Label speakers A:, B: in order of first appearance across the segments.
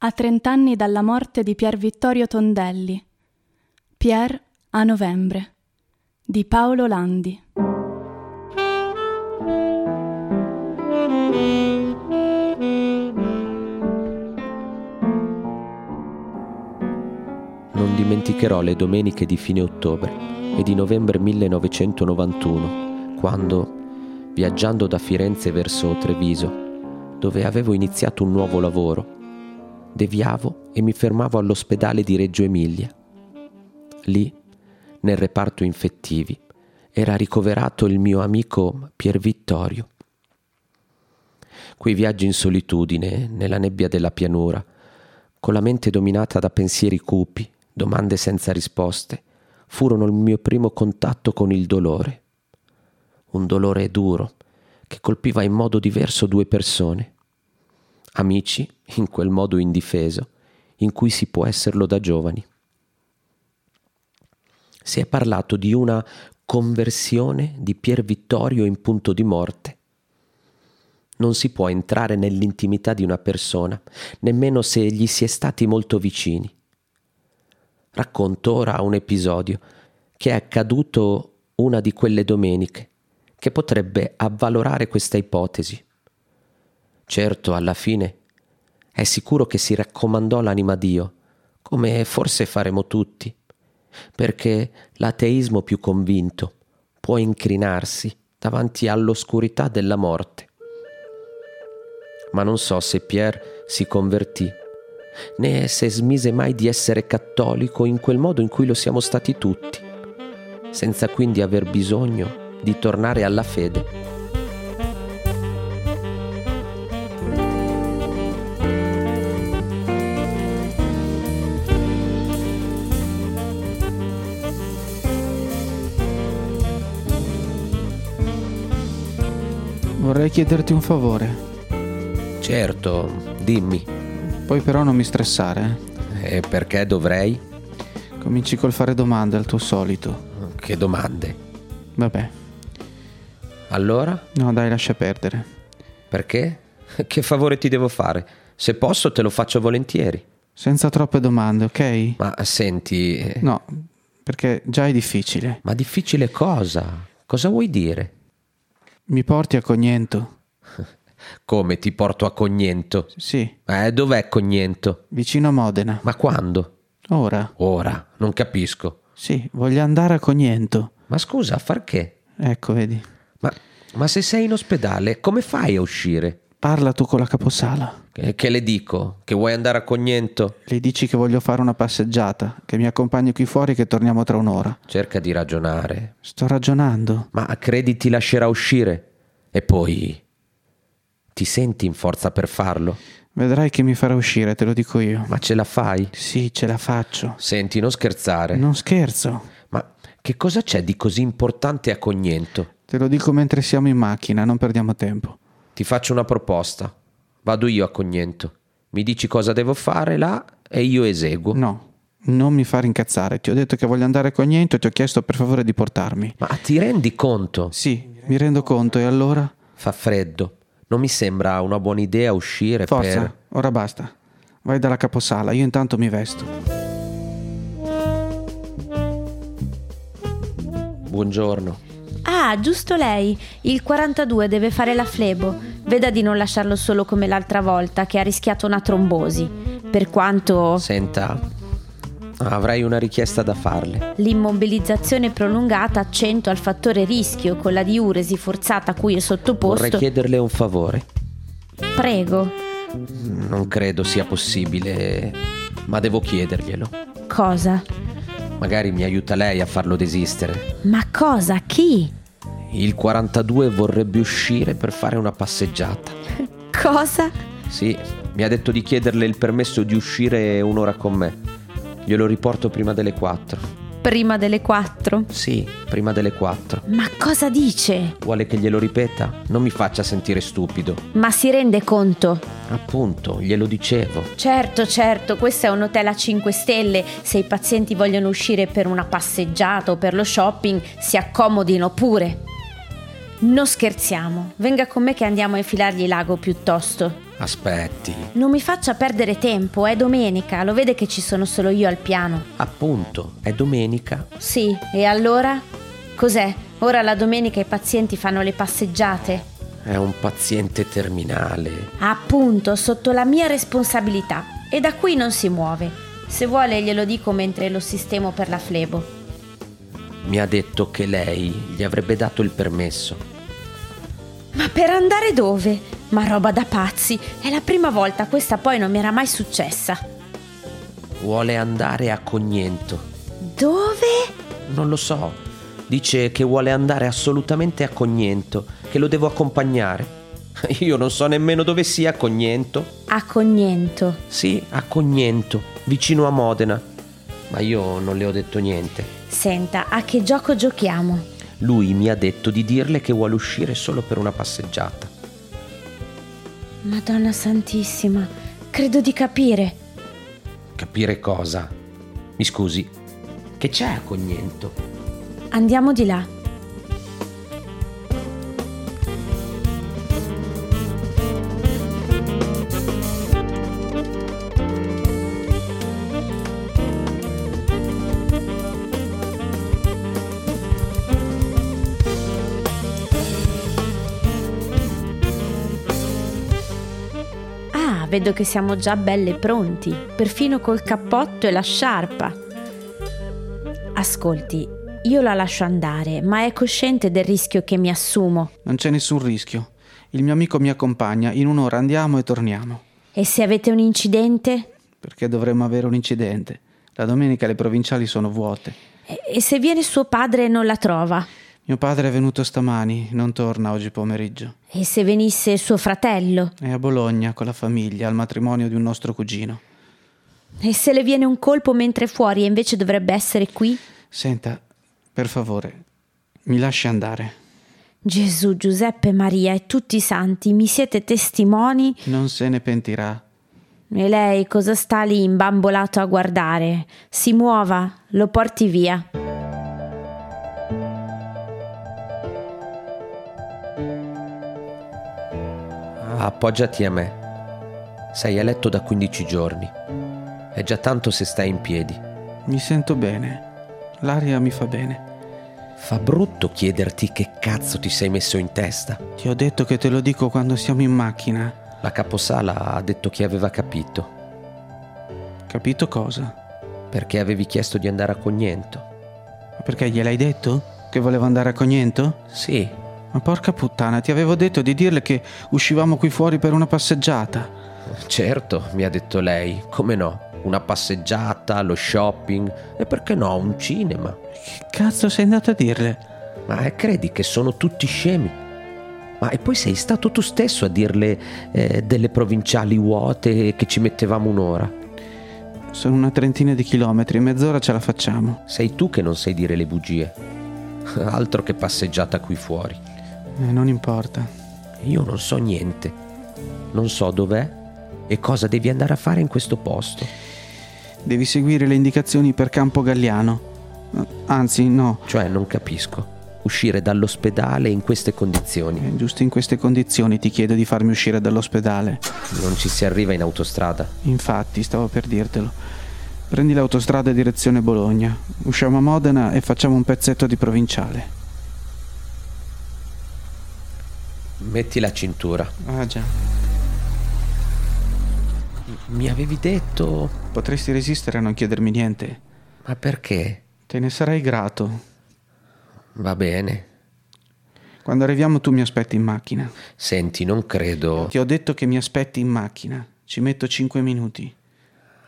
A: a trent'anni dalla morte di Pier Vittorio Tondelli. Pier a novembre di Paolo Landi.
B: Non dimenticherò le domeniche di fine ottobre e di novembre 1991, quando, viaggiando da Firenze verso Treviso, dove avevo iniziato un nuovo lavoro, deviavo e mi fermavo all'ospedale di Reggio Emilia. Lì, nel reparto infettivi, era ricoverato il mio amico Pier Vittorio. Quei viaggi in solitudine, nella nebbia della pianura, con la mente dominata da pensieri cupi, domande senza risposte, furono il mio primo contatto con il dolore. Un dolore duro, che colpiva in modo diverso due persone. Amici, in quel modo indifeso, in cui si può esserlo da giovani. Si è parlato di una conversione di Pier Vittorio in punto di morte. Non si può entrare nell'intimità di una persona, nemmeno se gli si è stati molto vicini. Racconto ora un episodio che è accaduto una di quelle domeniche che potrebbe avvalorare questa ipotesi. Certo, alla fine è sicuro che si raccomandò l'anima a Dio, come forse faremo tutti, perché l'ateismo più convinto può incrinarsi davanti all'oscurità della morte. Ma non so se Pierre si convertì, né se smise mai di essere cattolico in quel modo in cui lo siamo stati tutti, senza quindi aver bisogno di tornare alla fede.
C: Vorrei chiederti un favore.
B: Certo, dimmi.
C: Poi però non mi stressare.
B: E perché dovrei?
C: Cominci col fare domande al tuo solito.
B: Che domande?
C: Vabbè,
B: Allora?
C: no dai, lascia perdere.
B: Perché? Che favore ti devo fare? Se posso te lo faccio volentieri.
C: Senza troppe domande, ok?
B: Ma senti... eh,
C: No, perché già è difficile.
B: Ma difficile cosa? Cosa vuoi dire?
C: Mi porti a Cognento?
B: Come ti porto a Cognento?
C: Sì,
B: Eh, dov'è Cognento?
C: vicino a Modena.
B: Ma quando?
C: Ora?
B: Ora, non capisco.
C: Sì, voglio andare a Cognento.
B: Ma scusa, a far che?
C: Ecco, vedi.
B: Ma, ma se sei in ospedale, come fai a uscire?
C: Parla tu con la caposala.
B: Che, che le dico? Che vuoi andare a Cognento?
C: Le dici che voglio fare una passeggiata, che mi accompagni qui fuori e che torniamo tra un'ora.
B: Cerca di ragionare.
C: Sto ragionando.
B: Ma credi ti lascerà uscire? E poi... Ti senti in forza per farlo?
C: Vedrai che mi farà uscire, te lo dico io.
B: Ma ce la fai?
C: Sì, ce la faccio.
B: Senti, non scherzare.
C: Non scherzo.
B: Ma che cosa c'è di così importante a Cognento?
C: Te lo dico mentre siamo in macchina, non perdiamo tempo.
B: Ti faccio una proposta. Vado io a Cognento. Mi dici cosa devo fare là e io eseguo.
C: No, non mi far incazzare. Ti ho detto che voglio andare a Cognento e ti ho chiesto per favore di portarmi.
B: Ma ti rendi conto?
C: Sì, mi rendo conto e allora?
B: Fa freddo. Non mi sembra una buona idea uscire
C: Forza,
B: per...
C: ora basta. Vai dalla caposala, io intanto mi vesto.
B: Buongiorno.
D: Ah, giusto lei. Il 42 deve fare la flebo. Veda di non lasciarlo solo come l'altra volta che ha rischiato una trombosi. Per quanto
B: Senta, avrei una richiesta da farle.
D: l'immobilizzazione prolungata accento al fattore rischio con la diuresi forzata a cui è
B: Vorrei
D: sottoposto.
B: chiederle un favore.
D: Prego.
B: Non credo sia possibile, ma devo chiederglielo.
D: Cosa?
B: Magari mi aiuta lei a farlo desistere.
D: Ma cosa? Chi?
B: Il 42 vorrebbe uscire per fare una passeggiata.
D: Cosa?
B: Sì, mi ha detto di chiederle il permesso di uscire un'ora con me. Glielo riporto prima delle 4.
D: Prima delle 4.
B: Sì, prima delle 4.
D: Ma cosa dice?
B: Vuole che glielo ripeta? Non mi faccia sentire stupido.
D: Ma si rende conto?
B: Appunto, glielo dicevo.
D: Certo, certo, questo è un hotel a 5 stelle. Se i pazienti vogliono uscire per una passeggiata o per lo shopping, si accomodino pure. Non scherziamo, venga con me che andiamo a infilargli l'ago piuttosto.
B: Aspetti.
D: Non mi faccia perdere tempo, è domenica, lo vede che ci sono solo io al piano.
B: Appunto, è domenica.
D: Sì, e allora? Cos'è? Ora la domenica i pazienti fanno le passeggiate.
B: È un paziente terminale.
D: Appunto, sotto la mia responsabilità. E da qui non si muove. Se vuole glielo dico mentre lo sistemo per la flebo.
B: Mi ha detto che lei gli avrebbe dato il permesso.
D: Ma per andare dove? Ma roba da pazzi, è la prima volta, questa poi non mi era mai successa.
B: Vuole andare a Cognento.
D: Dove?
B: Non lo so. Dice che vuole andare assolutamente a Cognento, che lo devo accompagnare. Io non so nemmeno dove sia Cognento.
D: A Cognento.
B: Sì, a Cognento, vicino a Modena. Ma io non le ho detto niente.
D: Senta, a che gioco giochiamo?
B: Lui mi ha detto di dirle che vuole uscire solo per una passeggiata.
D: Madonna Santissima, credo di capire.
B: Capire cosa? Mi scusi, che c'è a Cognento?
D: Andiamo di là. Ah, vedo che siamo già belle pronti, perfino col cappotto e la sciarpa. Ascolti, io la lascio andare, ma è cosciente del rischio che mi assumo.
C: Non c'è nessun rischio. Il mio amico mi accompagna, in un'ora andiamo e torniamo.
D: E se avete un incidente?
C: Perché dovremmo avere un incidente. La domenica le provinciali sono vuote.
D: E- E se viene suo padre e non la trova?
C: Mio padre è venuto stamani, non torna oggi pomeriggio.
D: E se venisse suo fratello?
C: È a Bologna con la famiglia, al matrimonio di un nostro cugino.
D: E se le viene un colpo mentre è fuori e invece dovrebbe essere qui?
C: Senta, per favore, mi lasci andare.
D: Gesù, Giuseppe, Maria e tutti i santi, mi siete testimoni?
C: Non se ne pentirà.
D: E lei cosa sta lì imbambolato a guardare? Si muova, lo porti via.
B: Appoggiati a me. Sei a letto da 15 giorni. È già tanto se stai in piedi.
C: Mi sento bene. L'aria mi fa bene.
B: Fa brutto chiederti che cazzo ti sei messo in testa.
C: Ti ho detto che te lo dico quando siamo in macchina.
B: La caposala ha detto che aveva capito,
C: Capito cosa?
B: perché avevi chiesto di andare a Cognento.
C: Ma Perché gliel'hai detto? Che volevo andare a Cognento?
B: Sì,
C: Ma porca puttana, ti avevo detto di dirle che uscivamo qui fuori per una passeggiata.
B: certo, mi ha detto lei. Come no? Una passeggiata, lo shopping e perché no, un cinema.
C: Che cazzo sei andato a dirle?
B: Ma eh, credi che sono tutti scemi? Ma e poi sei stato tu stesso a dirle eh, delle provinciali vuote e che ci mettevamo un'ora.
C: Sono una trentina di chilometri, mezz'ora ce la facciamo.
B: Sei tu che non sai dire le bugie. Altro che passeggiata qui fuori.
C: Eh, non importa.
B: Io non so niente. Non so dov'è e cosa devi andare a fare in questo posto.
C: Devi seguire le indicazioni per Campo Galliano. Anzi, no,
B: Cioè, non capisco. Uscire dall'ospedale in queste condizioni.
C: eh, giusto in queste condizioni ti chiedo di farmi uscire dall'ospedale.
B: Non ci si arriva in autostrada.
C: Infatti, stavo per dirtelo. Prendi l'autostrada direzione Bologna, usciamo a Modena e facciamo un pezzetto di provinciale.
B: Metti la cintura.
C: Ah già.
B: Mi avevi detto.
C: Potresti resistere a non chiedermi niente.
B: Ma perché?
C: Te ne sarai grato.
B: Va bene.
C: Quando arriviamo tu mi aspetti in macchina.
B: Senti, non credo.
C: Ti ho detto che mi aspetti in macchina. Ci metto 5 minuti.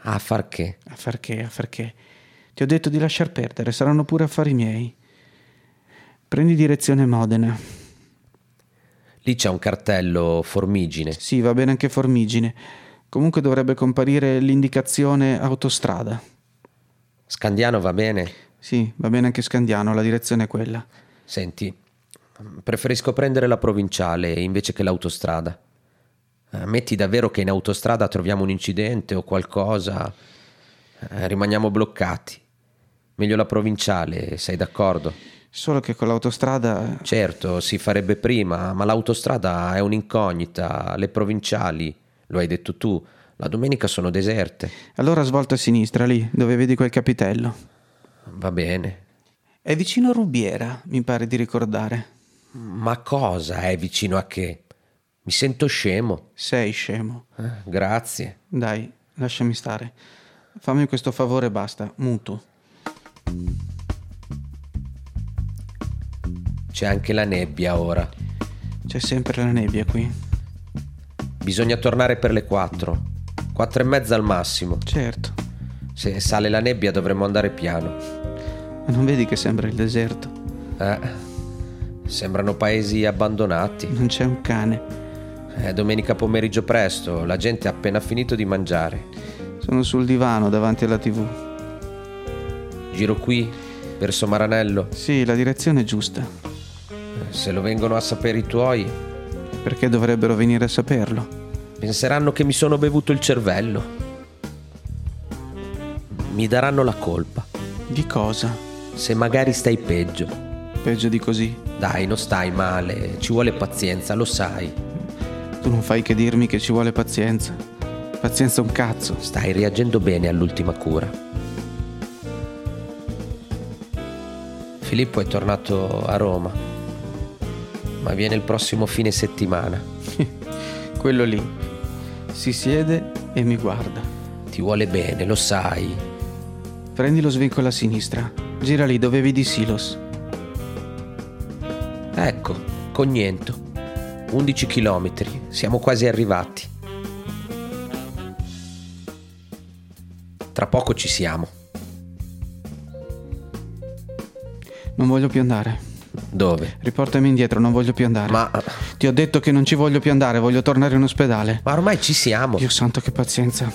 B: A "Ah, far che?
C: A far che, a far che. Ti ho detto di lasciar perdere, saranno pure affari miei. Prendi direzione Modena.
B: Lì c'è un cartello formigine.
C: Sì, va bene anche Formigine. Comunque dovrebbe comparire l'indicazione autostrada.
B: Scandiano va bene.
C: Sì, va bene anche Scandiano, la direzione è quella.
B: Senti, preferisco prendere la provinciale invece che l'autostrada. Eh, Metti davvero che in autostrada troviamo un incidente o qualcosa, eh, rimaniamo bloccati. Meglio la provinciale, sei d'accordo?
C: Solo che con l'autostrada
B: Certo, si farebbe prima, ma l'autostrada è un'incognita, le provinciali, lo hai detto tu, la domenica sono deserte.
C: Allora svolta a sinistra, lì, dove vedi quel capitello.
B: Va bene.
C: È vicino Rubiera, mi pare di ricordare.
B: Ma cosa è vicino a che? Mi sento scemo.
C: Sei scemo.
B: Eh, grazie.
C: Dai, lasciami stare. Fammi questo favore e basta, muto.
B: C'è anche la nebbia ora.
C: C'è sempre la nebbia qui.
B: Bisogna tornare per le 4. 4 e mezza al massimo.
C: Certo.
B: Se sale la nebbia dovremmo andare piano.
C: Ma non vedi che sembra il deserto?
B: Eh, sembrano paesi abbandonati.
C: Non c'è un cane.
B: È domenica pomeriggio presto, la gente ha appena finito di mangiare.
C: Sono sul divano davanti alla tv.
B: Giro qui, verso Maranello.
C: Sì, la direzione è giusta.
B: Se lo vengono a sapere i tuoi,
C: Perché dovrebbero venire a saperlo?
B: penseranno che mi sono bevuto il cervello. Mi daranno la colpa,
C: Di cosa?
B: se magari stai peggio.
C: Peggio di così.
B: Dai, non stai male, ci vuole pazienza, lo sai.
C: Tu non fai che dirmi che ci vuole pazienza. Pazienza un cazzo.
B: Stai reagendo bene all'ultima cura. Filippo è tornato a Roma, ma viene il prossimo fine settimana.
C: Quello lì. Si siede e mi guarda.
B: Ti vuole bene, lo sai.
C: Prendi lo svincolo a sinistra. Gira lì dove vedi Silos.
B: Ecco, Cognento. 11 chilometri, siamo quasi arrivati. Tra poco ci siamo.
C: Non voglio più andare.
B: Dove?
C: Riportami indietro, non voglio più andare.
B: Ma,
C: Ti ho detto che non ci voglio più andare, voglio tornare in ospedale.
B: ma ormai ci siamo.
C: Dio santo, che pazienza.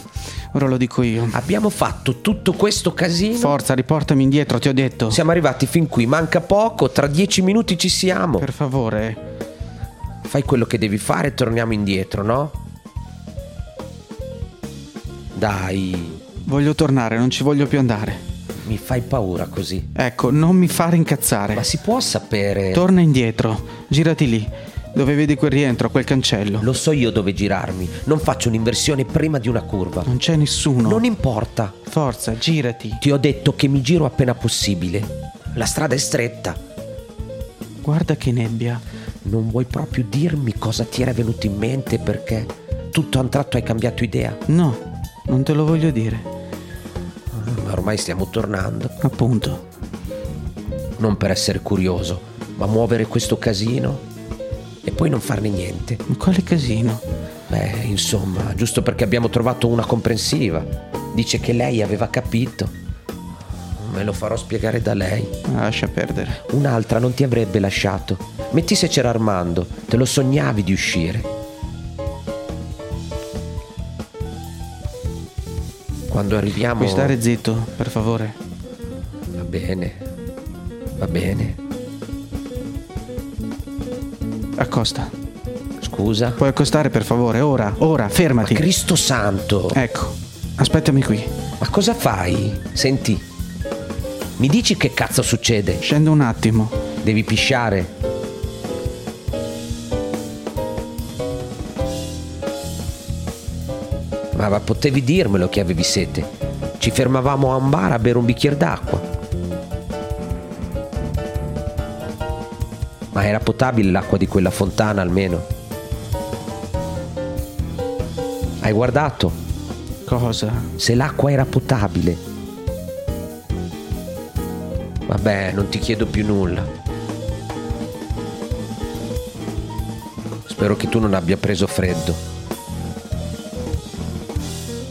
C: Ora lo dico io.
B: Abbiamo fatto tutto questo casino.
C: Forza, riportami indietro, ti ho detto.
B: Siamo arrivati fin qui, manca poco, tra dieci minuti ci siamo.
C: Per favore.
B: Fai quello che devi fare e torniamo indietro, no? Dai,
C: Voglio tornare, non ci voglio più andare.
B: mi fai paura così.
C: Ecco, non mi fare incazzare.
B: Ma si può sapere...
C: Torna indietro, girati lì, dove vedi quel rientro, quel cancello.
B: Lo so io dove girarmi, non faccio un'inversione prima di una curva.
C: Non c'è nessuno.
B: Non importa,
C: Forza, girati.
B: ti ho detto che mi giro appena possibile. La strada è stretta.
C: Guarda che nebbia.
B: Non vuoi proprio dirmi cosa ti era venuto in mente perché tutto a un tratto hai cambiato idea?
C: No, non te lo voglio dire.
B: Ma Mm, ormai stiamo tornando.
C: Appunto.
B: Non per essere curioso, ma muovere questo casino e poi non farne niente.
C: Ma quale casino?
B: Beh, insomma, giusto perché abbiamo trovato una comprensiva. Dice che lei aveva capito. Me lo farò spiegare da lei.
C: Ah, Lascia perdere.
B: Un'altra non ti avrebbe lasciato. Metti se c'era Armando, te lo sognavi di uscire. Quando arriviamo...
C: Puoi stare zitto, per favore.
B: Va bene, va bene.
C: Accosta.
B: Scusa.
C: Puoi accostare, per favore, ora, ora, fermati.
B: Cristo santo,
C: Ecco, aspettami qui.
B: ma cosa fai? Senti, mi dici che cazzo succede?
C: Scendo un attimo.
B: Devi pisciare. Ma, ma potevi dirmelo che avevi sete. Ci fermavamo a un bar a bere un bicchiere d'acqua. Ma era potabile l'acqua di quella fontana almeno. Hai guardato
C: Cosa?
B: se l'acqua era potabile. Vabbè, non ti chiedo più nulla. Spero che tu non abbia preso freddo.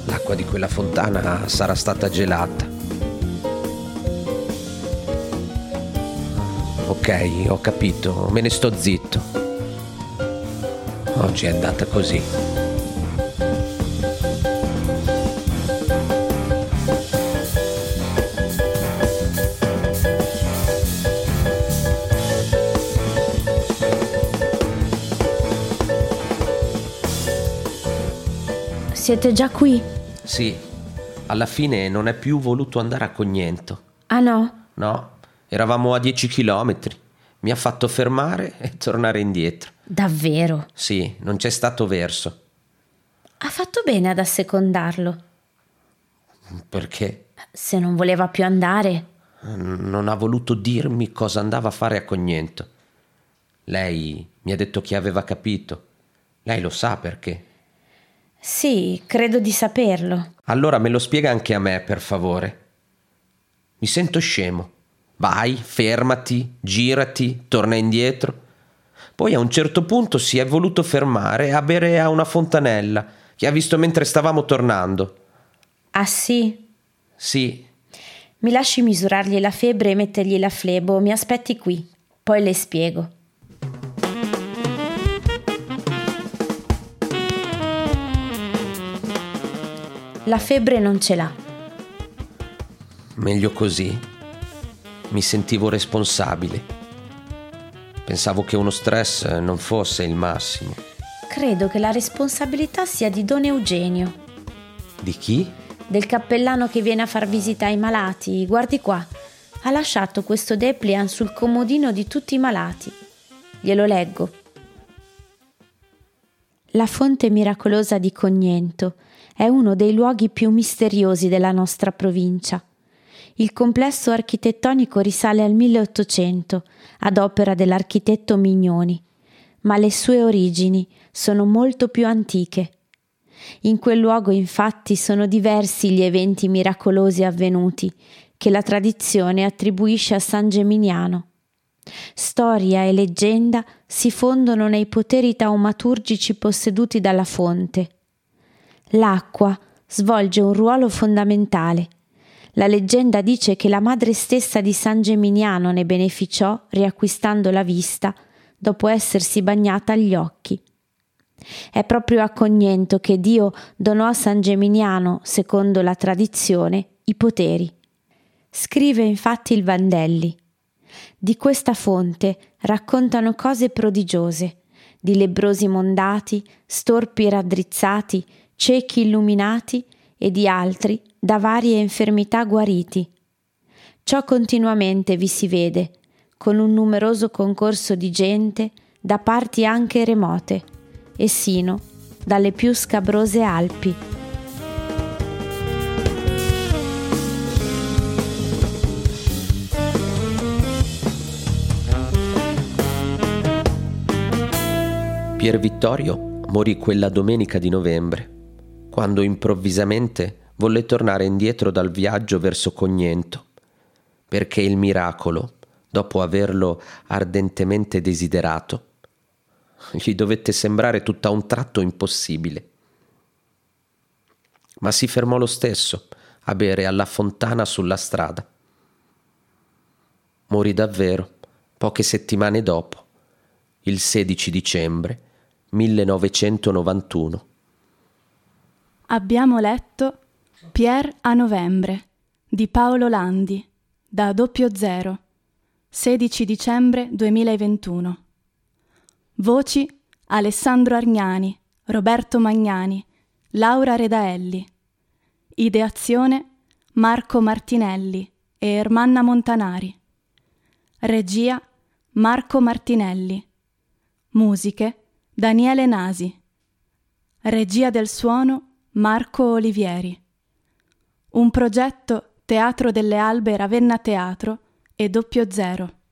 B: L'acqua di quella fontana sarà stata gelata. Ok, ho capito, me ne sto zitto. Oggi è andata così.
D: Siete già qui?
B: Sì, alla fine non è più voluto andare a Cognento.
D: Ah no?
B: No, Eravamo a 10 chilometri. Mi ha fatto fermare e tornare indietro.
D: Davvero.
B: Sì, non c'è stato verso.
D: Ha fatto bene ad assecondarlo.
B: Perché
D: Se non voleva più andare,
B: non ha voluto dirmi cosa andava a fare a Cognento. Lei mi ha detto che aveva capito. Lei lo sa perché.
D: sì, credo di saperlo.
B: Allora me lo spiega anche a me, per favore. Mi sento scemo. Vai, fermati, girati, torna indietro. Poi a un certo punto si è voluto fermare a bere a una fontanella che ha visto mentre stavamo tornando.
D: Ah sì?
B: Sì,
D: Mi lasci misurargli la febbre e mettergli la flebo, mi aspetti qui, poi le spiego. La febbre non ce l'ha.
B: meglio così. Mi sentivo responsabile. Pensavo che uno stress non fosse il massimo.
D: Credo che la responsabilità sia di Don Eugenio,
B: Di chi?
D: del cappellano che viene a far visita ai malati. Guardi qua, ha lasciato questo depliant sul comodino di tutti i malati. Glielo leggo. La fonte miracolosa di Cognento è uno dei luoghi più misteriosi della nostra provincia. Il complesso architettonico risale al 1800, ad opera dell'architetto Mignoni, ma le sue origini sono molto più antiche. In quel luogo infatti sono diversi gli eventi miracolosi avvenuti che la tradizione attribuisce a San Geminiano. Storia e leggenda si fondono nei poteri taumaturgici posseduti dalla fonte. L'acqua svolge un ruolo fondamentale. La leggenda dice che la madre stessa di San Geminiano ne beneficiò riacquistando la vista dopo essersi bagnata agli occhi. È proprio a Cognento che Dio donò a San Geminiano, secondo la tradizione, i poteri. Scrive infatti il Vandelli. Di questa fonte raccontano cose prodigiose, di lebbrosi mondati, storpi raddrizzati, ciechi illuminati e di altri da varie infermità guariti. Ciò continuamente vi si vede, con un numeroso concorso di gente da parti anche remote e sino dalle più scabrose Alpi.
B: Pier Vittorio morì quella domenica di novembre, quando improvvisamente volle tornare indietro dal viaggio verso Cognento, perché il miracolo, dopo averlo ardentemente desiderato, gli dovette sembrare tutt'a un tratto impossibile. Ma si fermò lo stesso a bere alla fontana sulla strada. Morì davvero poche settimane dopo, il 16 dicembre 1991.
A: Abbiamo letto Pier a novembre di Paolo Landi da doppio zero 16 dicembre 2021. Voci Alessandro Argnani, Roberto Magnani, Laura Redaelli. Ideazione Marco Martinelli e Ermanna Montanari. Regia Marco Martinelli. Musiche Daniele Nasi. Regia del suono Marco Olivieri. Un progetto Teatro delle Albe Ravenna Teatro e doppio zero.